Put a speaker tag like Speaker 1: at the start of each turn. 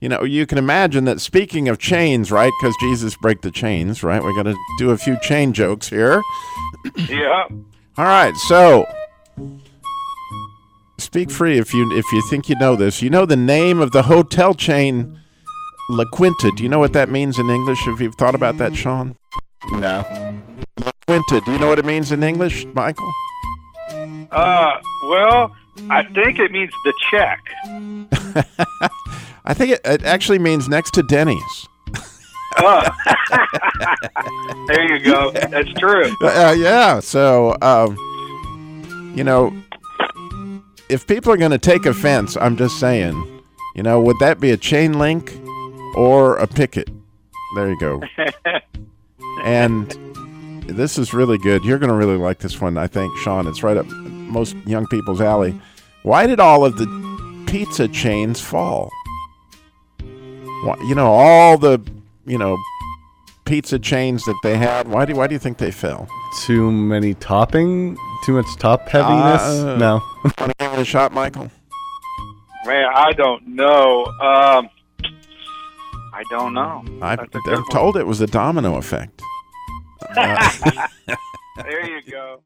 Speaker 1: you know, you can imagine that speaking of chains, right? Because Jesus break the chains, right? We're going to do a few chain jokes here.
Speaker 2: Yeah.
Speaker 1: All right, so speak free if you if you think you know this. You know the name of the hotel chain La Quinta. Do you know what that means in English? If you've thought about that, Sean?
Speaker 3: No.
Speaker 1: La Quinta. Do you know what it means in English, Michael?
Speaker 2: Uh, well, I think it means the check.
Speaker 1: I think it, it actually means next to Denny's.
Speaker 2: Uh. there you go. That's true.
Speaker 1: Uh, yeah. So, um, you know, if people are going to take offense, I'm just saying, you know, would that be a chain link or a picket? There you go. and this is really good. You're going to really like this one, I think, Sean. It's right up most young people's alley. Why did all of the pizza chains fall? Why, you know, all the, you know, pizza chains that they had. Why do why do you think they fell?
Speaker 3: Too many topping? Too much top heaviness?
Speaker 1: Uh,
Speaker 3: no.
Speaker 1: Want to give it a shot, Michael?
Speaker 2: Man, I don't know. Um, I don't know.
Speaker 1: I,
Speaker 2: That's a good
Speaker 1: I'm
Speaker 2: one.
Speaker 1: told it was the domino effect.
Speaker 2: There you go.